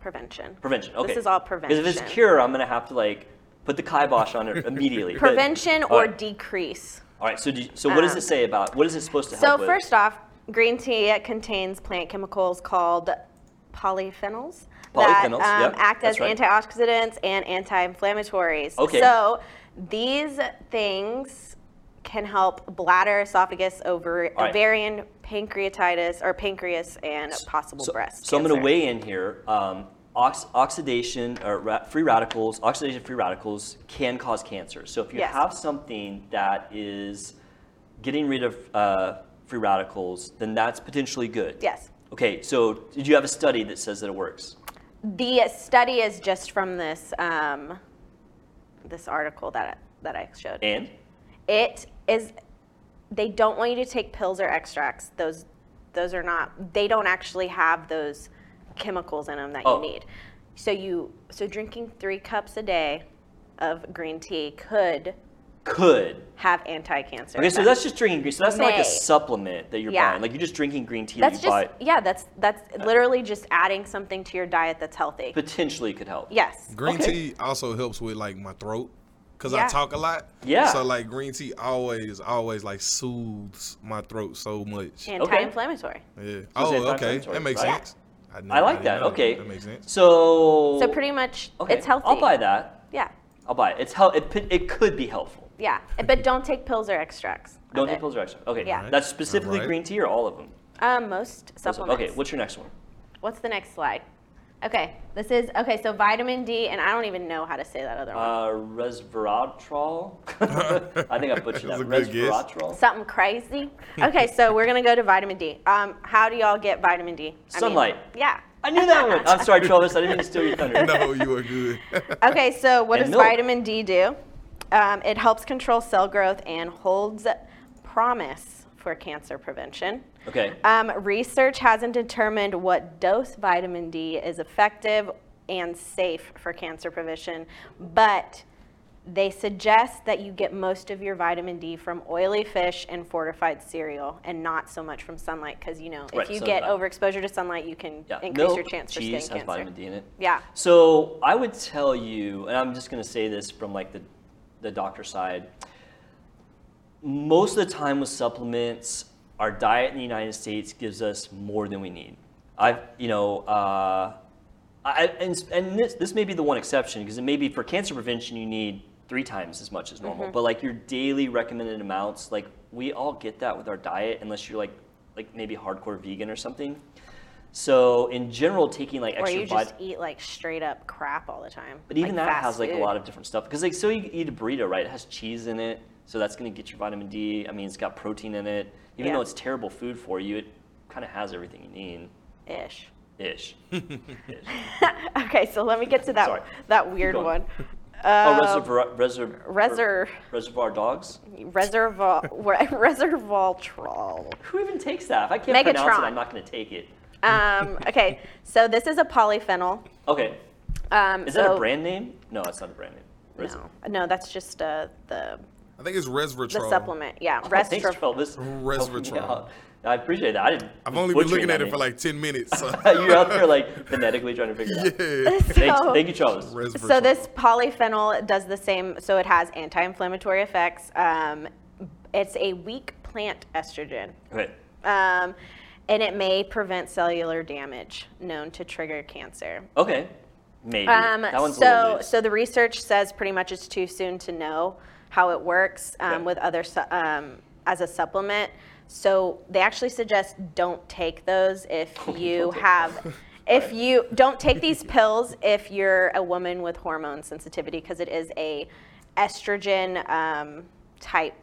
S3: prevention?
S1: Prevention. Okay.
S3: is all
S1: 'Cause if
S3: prevention.
S1: it's cure, I'm gonna have to like put the kibosh on it immediately. But-
S3: Prevention
S1: all
S3: or
S1: right.
S3: decrease.
S1: All right. So, do you- so what does
S3: Um,
S1: it say about? What is it supposed to
S3: So
S1: help with?
S3: first off, green tea it contains plant chemicals called polyphenols that
S1: Polyphenols,
S3: um,
S1: yep,
S3: act as
S1: that's right.
S3: antioxidants and anti-inflammatories.
S1: Okay.
S3: So these things can help bladder, esophagus, ovary,
S1: All right.
S3: ovarian, pancreatitis, or pancreas, and possible
S1: So,
S3: breast.
S1: so I'm going to
S3: cancer.
S1: weigh in here. Um, ox- oxidation or ra- free radicals, oxidation free radicals can cause cancer. So if you
S3: Yes.
S1: have something that is getting rid of uh, free radicals, then that's potentially good.
S3: Yes.
S1: Okay. So did you have a study that says that it works?
S3: The study is just from this um, this article that that I showed.
S1: And
S3: It is. They don't want you to take pills or extracts. Those, those are not. They don't actually have those chemicals in them that
S1: Oh.
S3: you need. So you, so drinking three cups a day of green tea could
S1: could.
S3: have anti-cancer.
S1: Okay, so
S3: effects.
S1: that's just drinking green. So that's not like
S3: May.
S1: a supplement that you're
S3: Yeah.
S1: buying. Like you're just drinking green tea
S3: that's
S1: that you
S3: just
S1: buy.
S3: yeah. That's that's
S1: Uh.
S3: literally just adding something to your diet that's healthy.
S1: Potentially could help.
S3: yes.
S4: Green
S1: Okay.
S4: tea also helps with like my throat because
S3: Yeah.
S4: I talk a lot.
S1: Yeah.
S4: So like green tea always, always like soothes my throat so much. Yeah.
S3: Anti-inflammatory.
S1: it's
S4: Oh, okay.
S1: anti-inflammatory,
S4: That makes
S1: right?
S4: sense. didn't-
S1: I like
S4: didn't
S1: that.
S4: know
S1: Okay.
S4: That makes sense.
S1: So
S3: So pretty much,
S1: okay,
S3: it's healthy.
S1: I'll buy that.
S3: Yeah,
S1: I'll buy it. It's hel- it, p- it could be helpful.
S3: yeah. But don't take pills or extracts. of
S1: Don't
S3: it.
S1: take pills or extra. Okay,
S3: Yeah. Alright,
S1: that's specifically
S4: alright.
S1: green tea or all of them.
S3: Uh, most supplements.
S1: Okay, what's your next one?
S3: What's the next slide? Okay, this is okay. So vitamin D, and I don't even know how to say that other one.
S1: Uh, resveratrol. I think I butchered that.
S4: That's a good guess.
S1: Resveratrol.
S3: Something crazy. Okay, so we're gonna go to vitamin D. Um, how do y'all get vitamin D? I mean,
S1: Sunlight.
S3: yeah.
S1: I knew that one. I'm sorry, Travis. I didn't mean to steal your thunder.
S4: No, you are good.
S3: Okay, so what
S1: And
S3: does
S1: milk.
S3: vitamin D do? Um, it helps control cell growth and holds promise for cancer prevention.
S1: Okay.
S3: Um, research hasn't determined what dose vitamin D is effective and safe for cancer prevention, but they suggest that you get most of your vitamin D from oily fish and fortified cereal and not so much from sunlight because, you know, if
S1: Right,
S3: you
S1: so
S3: get
S1: that-
S3: overexposure to sunlight, you can
S1: Yeah,
S3: increase your
S1: milk,
S3: chance for
S1: cheese
S3: skin
S1: has
S3: cancer.
S1: vitamin D in it.
S3: Yeah.
S1: So I would tell you, and I'm just going to say this from like the, the doctor side. Most of the time with supplements, our diet in the United States gives us more than we need. I've, you know, uh, I, and, and this, this may be the one exception because it may be for cancer prevention you need three times as much as normal
S3: Mm-hmm.
S1: but like your daily recommended amounts like we all get that with our diet unless you're like like maybe hardcore vegan or something so in general taking like
S3: Or
S1: extra
S3: you
S1: vit-
S3: just eat like straight up crap all the time.
S1: but even that has like a lot
S3: of.
S1: of different stuff because like so you eat a burrito right it has cheese in it so that's going to get your vitamin d i mean it's got protein in it even
S3: Yeah.
S1: though it's terrible food for you it kind of has everything you need
S3: ish.
S1: ish
S3: Okay, so let me get to that
S1: Sorry.
S3: that weird
S1: going.
S3: one.
S1: oh reservoir
S3: Um,
S1: reservoir
S3: Reser
S1: reservoir dogs
S3: reservoir reservotrol.
S1: Who even takes that? If I can't pronounce
S3: Megatron.
S1: it, I'm not going to take it.
S3: Um, okay, so this is a polyphenol.
S1: Okay.
S3: Um,
S1: Is that
S3: so-
S1: a brand name? No, it's not a brand name. Or is it?
S3: No, no, that's just uh, the
S4: I think it's resveratrol.
S3: the supplement. Yeah,
S1: Oh, thanks,
S3: restrov-
S1: Trell. This helped me
S4: Resveratrol.
S1: out. I appreciate that. I didn't.
S4: I've
S1: was
S4: only been
S1: butchering
S4: looking
S1: that
S4: at it
S1: name.
S4: for like ten minutes. So.
S1: You're out there like phonetically trying to figure it out.
S4: yeah.
S1: Thanks,
S3: So-
S1: thank you, Charles.
S4: Resveratrol.
S3: So this polyphenol does the same. So it has anti-inflammatory effects. Um, it's a weak plant estrogen.
S1: Okay.
S3: Um, and it may prevent cellular damage known to trigger cancer.
S1: Okay. Maybe.
S3: Um,
S1: that one's a little
S3: so,
S1: loose.
S3: so the research says pretty much it's too soon to know how it works um,
S1: Okay.
S3: with other su- um, as a supplement. So they actually suggest don't take those if you
S1: Don't take
S3: have If you don't take these pills if you're a woman with hormone sensitivity because it is a estrogen um, type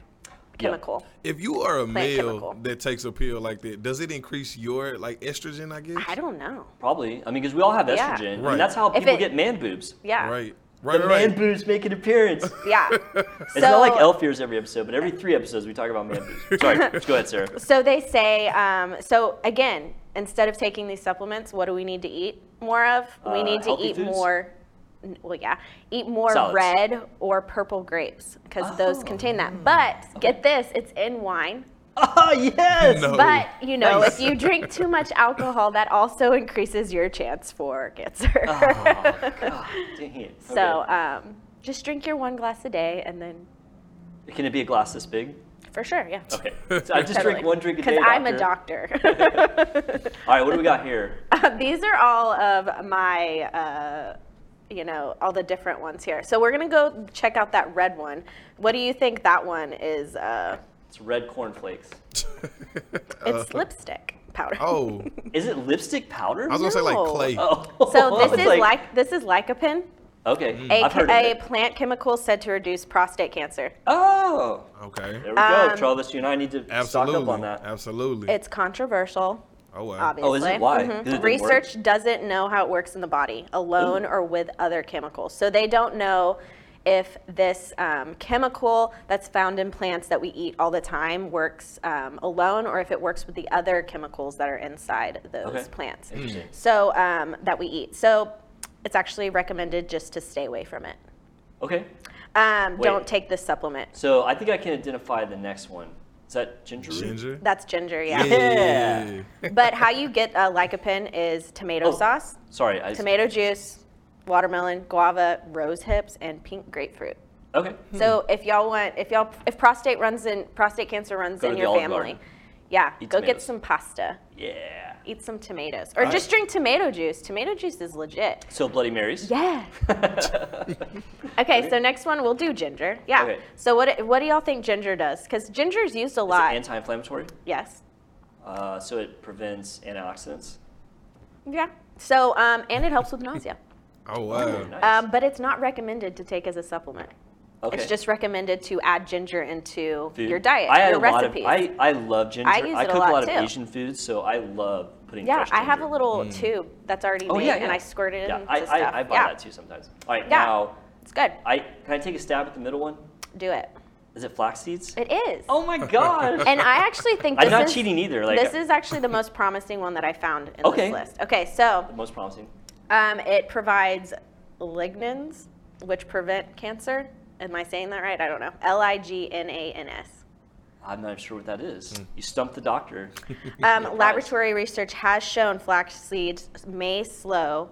S3: chemical.
S4: If you are a male
S3: chemical.
S4: that takes a pill like that, does it increase your like estrogen? I guess.
S3: I don't know.
S1: Probably. I mean, because we all have estrogen.
S3: Yeah.
S1: and
S4: Right.
S1: that's how
S3: If
S1: people
S3: it-
S1: get man boobs.
S3: Yeah.
S4: Right.
S1: The
S4: Right. Right.
S1: man boobs make an appearance.
S3: Yeah.
S1: It's not like elf ears every episode, but every three episodes we talk about man boobs. Sorry, just go ahead, Sarah.
S3: So they say, um, so again, instead of taking these supplements, what do we need to eat more of? we
S1: Uh,
S3: need to
S1: healthy
S3: eat
S1: foods?
S3: more, n- well, yeah, eat more
S1: Salads.
S3: red or purple grapes because those contain that. But get this, it's in wine.
S1: Oh, yes!
S4: No.
S3: But, you know,
S1: Nice.
S3: if you drink too much alcohol, that also increases your chance for cancer.
S1: Oh, God, Ah, dang it.
S3: so
S1: Okay.
S3: um, just drink your one glass a day and then,
S1: Can it be a glass this big?
S3: for sure, yeah.
S1: Okay. So I just drink one drink a day.
S3: Because I'm a doctor.
S1: All right, what do we got here?
S3: These are all of my, uh, you know, all the different ones here. So we're gonna go check out that red one. What do you think that one is? Uh,
S1: It's red cornflakes.
S3: it's lipstick powder.
S4: Oh,
S1: Is it lipstick powder?
S4: I was gonna say like
S3: No.
S4: clay.
S1: Oh.
S3: So this
S1: It's
S3: is like, this is lycopene,
S1: Okay.
S4: Mm.
S3: a,
S1: I've heard of
S3: a
S1: it.
S3: plant chemical said to reduce prostate cancer.
S1: Oh.
S4: Okay.
S1: There we go.
S3: Um,
S1: Charles, you and I need to
S4: Absolutely.
S1: stock up on that.
S4: Absolutely.
S3: It's controversial.
S4: oh wow.
S3: Obviously.
S1: Oh, is it? Why?
S3: Mhm.
S1: Did it didn't work?
S3: Research doesn't know how it works in the body alone or with other chemicals. So they don't know if this um, chemical that's found in plants that we eat all the time works um, alone or if it works with the other chemicals that are inside those
S1: Okay.
S3: plants.
S1: Interesting.
S3: So um, that we eat. So it's actually recommended just to stay away from it.
S1: Okay.
S3: Um,
S1: Wait.
S3: don't take this supplement.
S1: So I think I can identify the next one. Is that ginger root?
S4: Ginger.
S3: That's ginger, yeah.
S1: Yeah.
S3: but how you get uh, lycopene is tomato
S1: Oh.
S3: sauce.
S1: Sorry. I,
S3: tomato juice, watermelon, guava, rose hips, and pink grapefruit.
S1: Okay.
S3: So if y'all want, if y'all, if prostate runs in, prostate cancer runs
S1: Go
S3: in
S1: to the
S3: your
S1: Olive
S3: family,
S1: Garden.
S3: yeah,
S1: Eat
S3: go get
S1: tomatoes.
S3: some pasta,
S1: Yeah.
S3: eat some tomatoes, or just drink tomato juice. Tomato juice is legit.
S1: So Bloody Marys.
S3: Yeah. okay, so next one we'll do ginger. Yeah.
S1: Okay.
S3: So what what do y'all think ginger does? Because ginger's used a
S1: It's
S3: lot.
S1: anti-inflammatory.
S3: yes.
S1: Uh, so it prevents antioxidants.
S3: Yeah. So um, and it helps with nausea,
S4: Oh wow.
S1: Very nice.
S3: um, but it's not recommended to take as a supplement.
S1: okay.
S3: It's just recommended to add ginger into
S1: Food.
S3: your diet,
S1: I had
S3: your
S1: a lot
S3: recipes.
S1: of. I, I love ginger.
S3: I use it a
S1: cook
S3: lot,
S1: a lot of
S3: too.
S1: Asian foods, so I love putting.
S3: yeah,
S1: fresh
S3: I have a
S1: ginger. Mm.
S3: little tube that's already
S1: Oh
S3: made,
S1: yeah,
S3: and
S1: yeah.
S3: I squirt it
S1: Yeah,
S3: into
S1: I,
S3: stuff.
S1: I, I buy
S3: yeah,
S1: that too sometimes. All right,
S3: Yeah.
S1: now
S3: it's good.
S1: I can I take a stab at the middle one?
S3: Do it.
S1: Is it flax seeds?
S3: It is.
S1: Oh my god!
S3: And I actually think this
S1: I'm not
S3: is,
S1: cheating either. Like
S3: this is actually the most promising one that I found in
S1: Okay.
S3: this list. Okay, so
S1: most promising.
S3: um, it provides lignans, which prevent cancer. Am I saying that right? I don't know. L I G N A N S.
S1: I'm not sure what that is. You stumped the doctor.
S3: Um, laboratory research has shown flax seeds may slow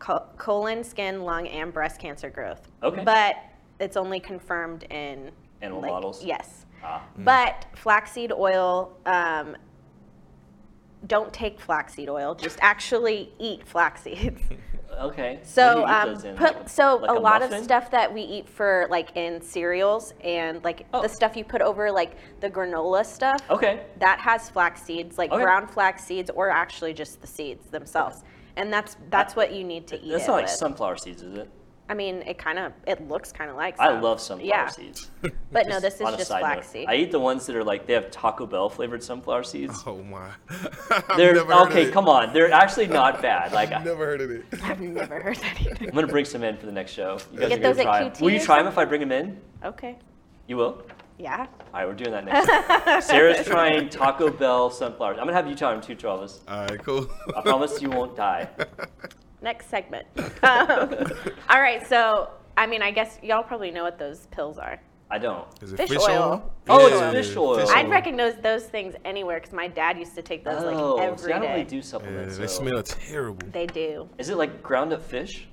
S3: co- colon, skin, lung, and breast cancer growth.
S1: Okay.
S3: But it's only confirmed in
S1: Animal models?
S3: Yes.
S1: Ah.
S3: But flaxseed oil, um, don't take flaxseed oil. Just actually eat flax seeds.
S1: Okay. What do
S3: So,
S1: you eat
S3: um,
S1: those in?
S3: put,
S1: Like-
S3: so
S1: like
S3: a, lot
S1: muffin?
S3: of stuff that we eat for like in cereals and like
S1: Oh.
S3: the stuff you put over like the granola stuff
S1: Okay.
S3: that has flax seeds, like
S1: Okay.
S3: brown flax seeds, or actually just the seeds themselves. And that's that's what you need to eat.
S1: That's
S3: it
S1: not like
S3: with.
S1: sunflower seeds, is it?
S3: I mean, it kind of it looks kind of like.
S1: I
S3: some.
S1: love sunflower
S3: yeah.
S1: seeds.
S3: But no, this
S1: On a
S3: is just
S1: side note,
S3: flax seed.
S1: I eat the ones that are like they have Taco Bell flavored sunflower seeds.
S4: Oh my.
S1: They're okay. Come
S4: Come on.
S1: on, they're actually not bad. Like
S4: I've never heard of it.
S3: I've never heard that either.
S1: I'm gonna bring some in for the next show. You guys
S3: Get
S1: are gonna
S3: those at
S1: try 'em.
S3: QT
S1: Will you
S3: or
S1: try them if I bring them in?
S3: Okay.
S1: You will.
S3: Yeah.
S1: All right, we're doing that next. time. Sarah's trying Taco Bell sunflowers. I'm gonna have you try them too, Travis.
S4: All right, cool.
S1: I promise you won't die.
S3: Next segment. Um, all right. So I mean, I guess y'all probably know what those pills are.
S1: I don't.
S4: Is it
S3: Fish oil.
S1: Oh, it's fish oil.
S3: I'd recognize those things anywhere because my dad used to take those
S1: oh,
S3: like
S1: see,
S3: every
S1: I don't
S3: day.
S1: really do
S4: Yeah,
S1: supplements.
S4: they
S1: so-
S4: smell terrible.
S3: They do.
S1: Is it like ground up fish?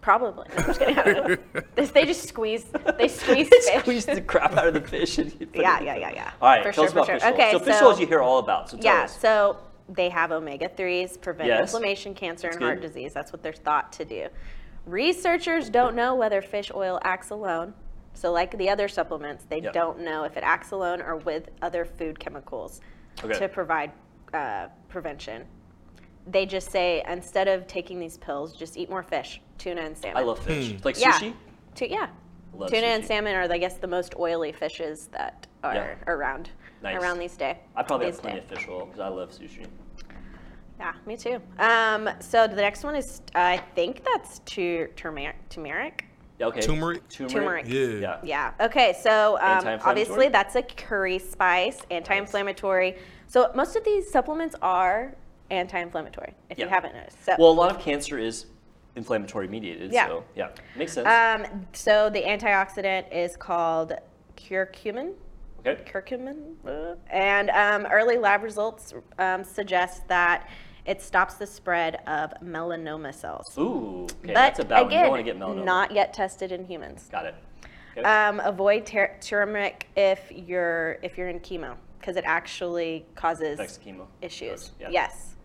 S3: Probably. I'm just kidding. I don't know. They- they just squeeze. They squeeze fish.
S1: Squeeze the crap out of the fish. And you put
S3: Yeah,
S1: it in
S3: yeah,
S1: the-
S3: yeah, yeah.
S1: All right,
S3: For
S1: tell
S3: sure,
S1: us
S3: for
S1: about
S3: sure.
S1: fish oils.
S3: Okay,
S1: so fish
S3: so-
S1: oils you hear all about. So tell
S3: Yeah,
S1: us.
S3: so they have omega 3s, prevent
S1: Yes.
S3: inflammation, cancer, and
S1: good.
S3: heart disease. That's what they're thought to do. Researchers don't know whether fish oil acts alone. So, like the other supplements, they
S1: Yep.
S3: don't know if it acts alone or with other food chemicals
S1: Okay.
S3: to provide uh, prevention. they just say instead of taking these pills, just eat more fish, tuna and salmon.
S1: I love
S4: Hmm.
S1: fish. Like
S3: yeah.
S1: sushi.
S3: Tu- yeah.
S1: Love
S3: tuna and
S1: sushi.
S3: salmon are, I guess, the most oily fishes that are
S1: Yeah.
S3: around
S1: Nice.
S3: around these day.
S1: I probably have
S3: these
S1: plenty
S3: day.
S1: of fish roll because I love sushi.
S3: Yeah, me too. Um, so the next one is, I think that's tu- turmeric. turmeric.
S1: Yeah, okay.
S4: Turmeric?
S1: Turmeric.
S3: Turmeric.
S4: Yeah.
S1: Yeah.
S3: Yeah. Okay. So um,
S1: Anti-inflammatory?
S3: obviously that's a curry spice, anti-inflammatory. So most of these supplements are anti-inflammatory. If
S1: Yeah.
S3: you haven't noticed. So,
S1: Well, a lot of cancer is inflammatory mediated.
S3: Yeah.
S1: So yeah, makes sense.
S3: um, so the antioxidant is called curcumin.
S1: okay.
S3: Curcumin. uh, And um, early lab results um, suggest that it stops the spread of melanoma cells.
S1: Ooh. Okay.
S3: but
S1: that's a bad one. You
S3: again,
S1: don't want to get melanoma.
S3: not yet tested in humans.
S1: Got it. Okay.
S3: Um, avoid ter- turmeric if you're if you're in chemo because it actually causes
S1: Affects chemo.
S3: issues.
S1: Yeah.
S3: Yes.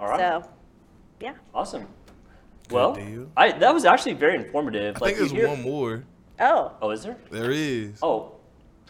S1: All right.
S3: So, yeah.
S1: Awesome. Well,
S4: deal.
S1: I that was actually very informative.
S4: I
S1: like
S4: think
S1: you
S4: there's
S1: hear-
S4: one more.
S3: Oh.
S1: Oh, is there?
S4: There is.
S1: Oh.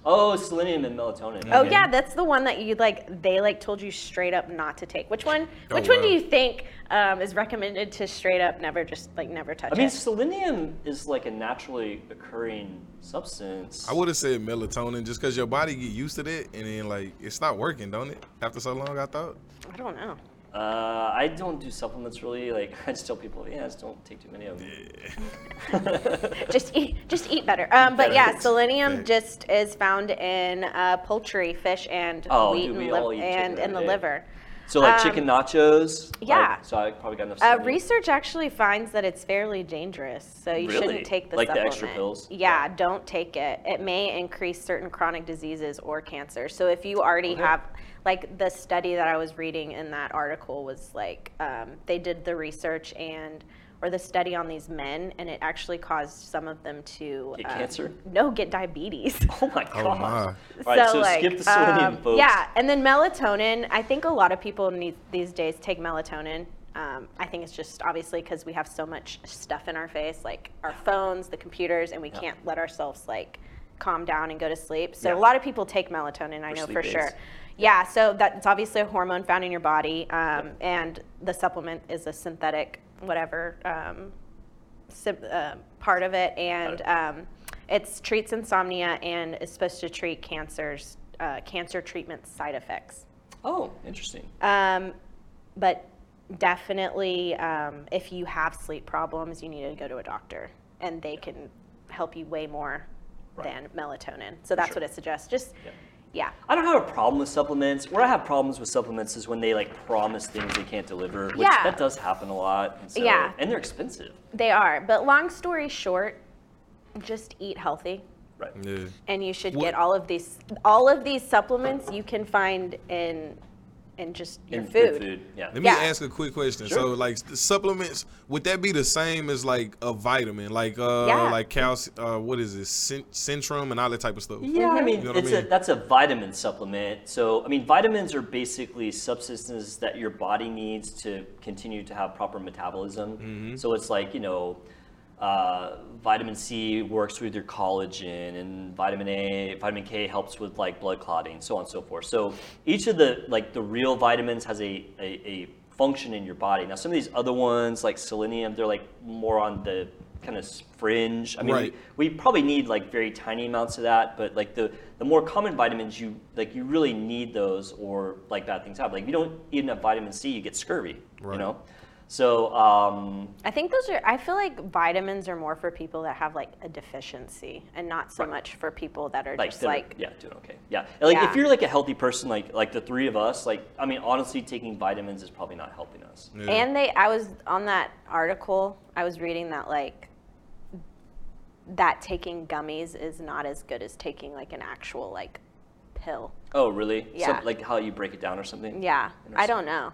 S1: Oh, selenium and
S4: Mm-hmm.
S1: melatonin.
S3: Oh
S1: okay.
S3: yeah, that's the one that you like. They like told you straight up not to take. Which one?
S4: Oh,
S3: Which one do
S4: wow.
S3: you think um, is recommended to straight up never just like never touch
S1: I mean,
S3: it?
S1: selenium is like a naturally occurring substance.
S4: I would have said melatonin just because your body get used to that and then like it stopped working, don't it? After so long, I thought.
S3: I don't know.
S1: Uh, I don't do supplements really. Like I just tell people, yeah, just don't take too many of them.
S3: just eat just eat better. Um, but yeah,
S1: Better.
S3: selenium
S4: Right.
S3: just is found in uh, poultry, fish, and
S1: Oh,
S3: wheat,
S1: dude,
S3: and,
S1: we
S3: liv-
S1: all eat chicken
S3: and in
S1: every
S3: the
S1: day.
S3: liver.
S1: So like
S3: Um,
S1: chicken nachos. like-
S3: yeah.
S1: so I probably got enough.
S3: Uh,
S1: selenium.
S3: research actually finds that it's fairly dangerous, so you
S1: Really?
S3: shouldn't take the
S1: Like the
S3: supplement.
S1: extra pills?
S3: Yeah,
S1: Yeah.
S3: don't take it. It may increase certain chronic diseases or cancer. So if you already have, like the study that I was reading in that article was like um, they did the research and or the study on these men, and it actually caused some of them to
S1: Get
S3: um,
S1: cancer?
S3: No, get diabetes.
S1: Oh my god.
S4: Oh, my.
S1: All right, so, skip the selenium,
S3: um,
S1: folks.
S3: Yeah, and then melatonin. I think a lot of people need these days take melatonin. Um, I think it's just obviously because we have so much stuff in our face, like our phones, the computers, and we can't let ourselves like calm down and go to sleep. So
S1: Yeah.
S3: a lot of people take melatonin. I know
S1: sleep
S3: for
S1: aids.
S3: sure. Yeah, so that's obviously a hormone found in your body, um, and the supplement is a synthetic whatever um, sim- uh, part of it, and um, it treats insomnia and is supposed to treat cancers, uh, cancer treatment side effects.
S1: Oh, interesting.
S3: Um, but definitely, um, if you have sleep problems, you need to go to a doctor, and they can help you way more than melatonin. So that's
S1: sure.
S3: what it suggests. Just yeah.
S1: I don't have a problem with supplements. Where I have problems with supplements is when they like promise things they can't deliver, which
S3: Yeah.
S1: that does happen a lot. And so,
S3: Yeah.
S1: And they're expensive.
S3: They are. But long story short, just eat healthy.
S1: Right.
S4: Yeah.
S3: And you should
S4: What-
S3: get all of these all of these supplements you can find in in just your
S1: And
S3: food.
S1: good food. Yeah.
S4: Let me
S3: Yeah.
S4: ask a quick question. So,
S1: Sure.
S4: like s- supplements, would that be the same as like a vitamin, like uh,
S3: Yeah.
S4: like calcium, uh, what is it, Cent- Centrum, and all that type of stuff?
S1: Yeah, I mean,
S4: You know what I
S1: it's A,
S4: mean?
S1: that's a vitamin supplement. So, I mean, vitamins are basically substances that your body needs to continue to have proper metabolism.
S4: Mm-hmm.
S1: So it's like you know, uh, vitamin C works with your collagen, and vitamin A, vitamin K helps with like blood clotting, so on and so forth. So each of the like the real vitamins has a a, a function in your body. Now, some of these other ones like selenium, they're like more on the kind of fringe. I mean,
S4: Right.
S1: we probably need like very tiny amounts of that but like the the more common vitamins you like you really need those or like bad things happen like if you don't eat enough vitamin c you get scurvy you
S4: Right.
S1: know so um
S3: I think those are I feel like vitamins are more for people that have like a deficiency and not so much for people that are
S1: like,
S3: just
S1: they're-
S3: like
S1: yeah doing okay yeah And, like
S3: Yeah.
S1: if you're like a healthy person like like the three of us like i mean honestly taking vitamins is probably not helping us
S4: Yeah.
S3: And they, I was on that article, I was reading that like, that taking gummies is not as good as taking like an actual like pill.
S1: oh really
S3: Yeah.
S1: so, like how you break it down or something
S3: Yeah, I
S1: Interesting.
S3: don't know.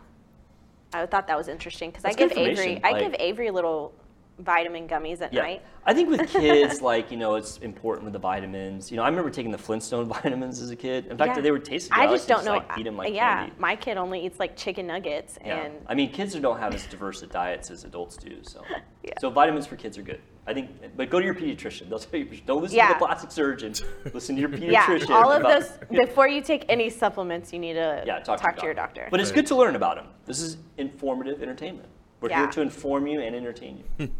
S3: I thought that was interesting because I
S1: That's good
S3: give Avery,
S1: information,
S3: I
S1: like-
S3: give Avery little vitamin gummies at night.
S1: I think with kids, like, you know, it's important with the vitamins. You know, I remember taking the Flintstone vitamins as a kid. In fact,
S3: Yeah.
S1: they were tasty.
S3: I
S1: like
S3: just
S1: to
S3: don't know.
S1: Like, eat 'em like
S3: yeah,
S1: candy.
S3: my kid only eats like chicken nuggets
S1: Yeah.
S3: and
S1: I mean, kids don't have as diverse a diets as adults do. So,
S3: Yeah.
S1: so vitamins for kids are good. I think, but go to your pediatrician. They'll tell you. Don't listen to
S3: Yeah.
S1: the plastic surgeon. Listen to your
S3: Yeah,
S1: pediatrician.
S3: all of
S1: about-
S3: those, before you take any supplements, you need to
S1: Yeah, talk,
S3: to your doctor.
S1: But it's good to learn about them. This is informative entertainment. We're here
S3: Yeah.
S1: to inform you and entertain you.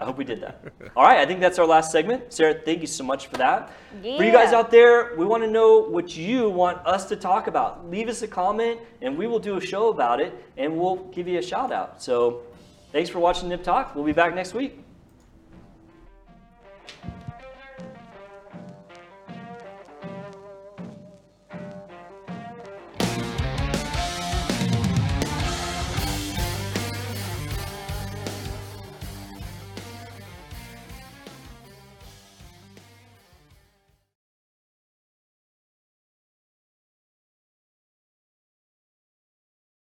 S1: I hope we did that. All right, I think that's our last segment. Sarah, thank you so much for that. For you guys
S3: Yeah.
S1: out there, we want to know what you want us to talk about. Leave us a comment, and we will do a show about it, and we'll give you a shout out. So, thanks for watching Nip Talk. We'll be back next week.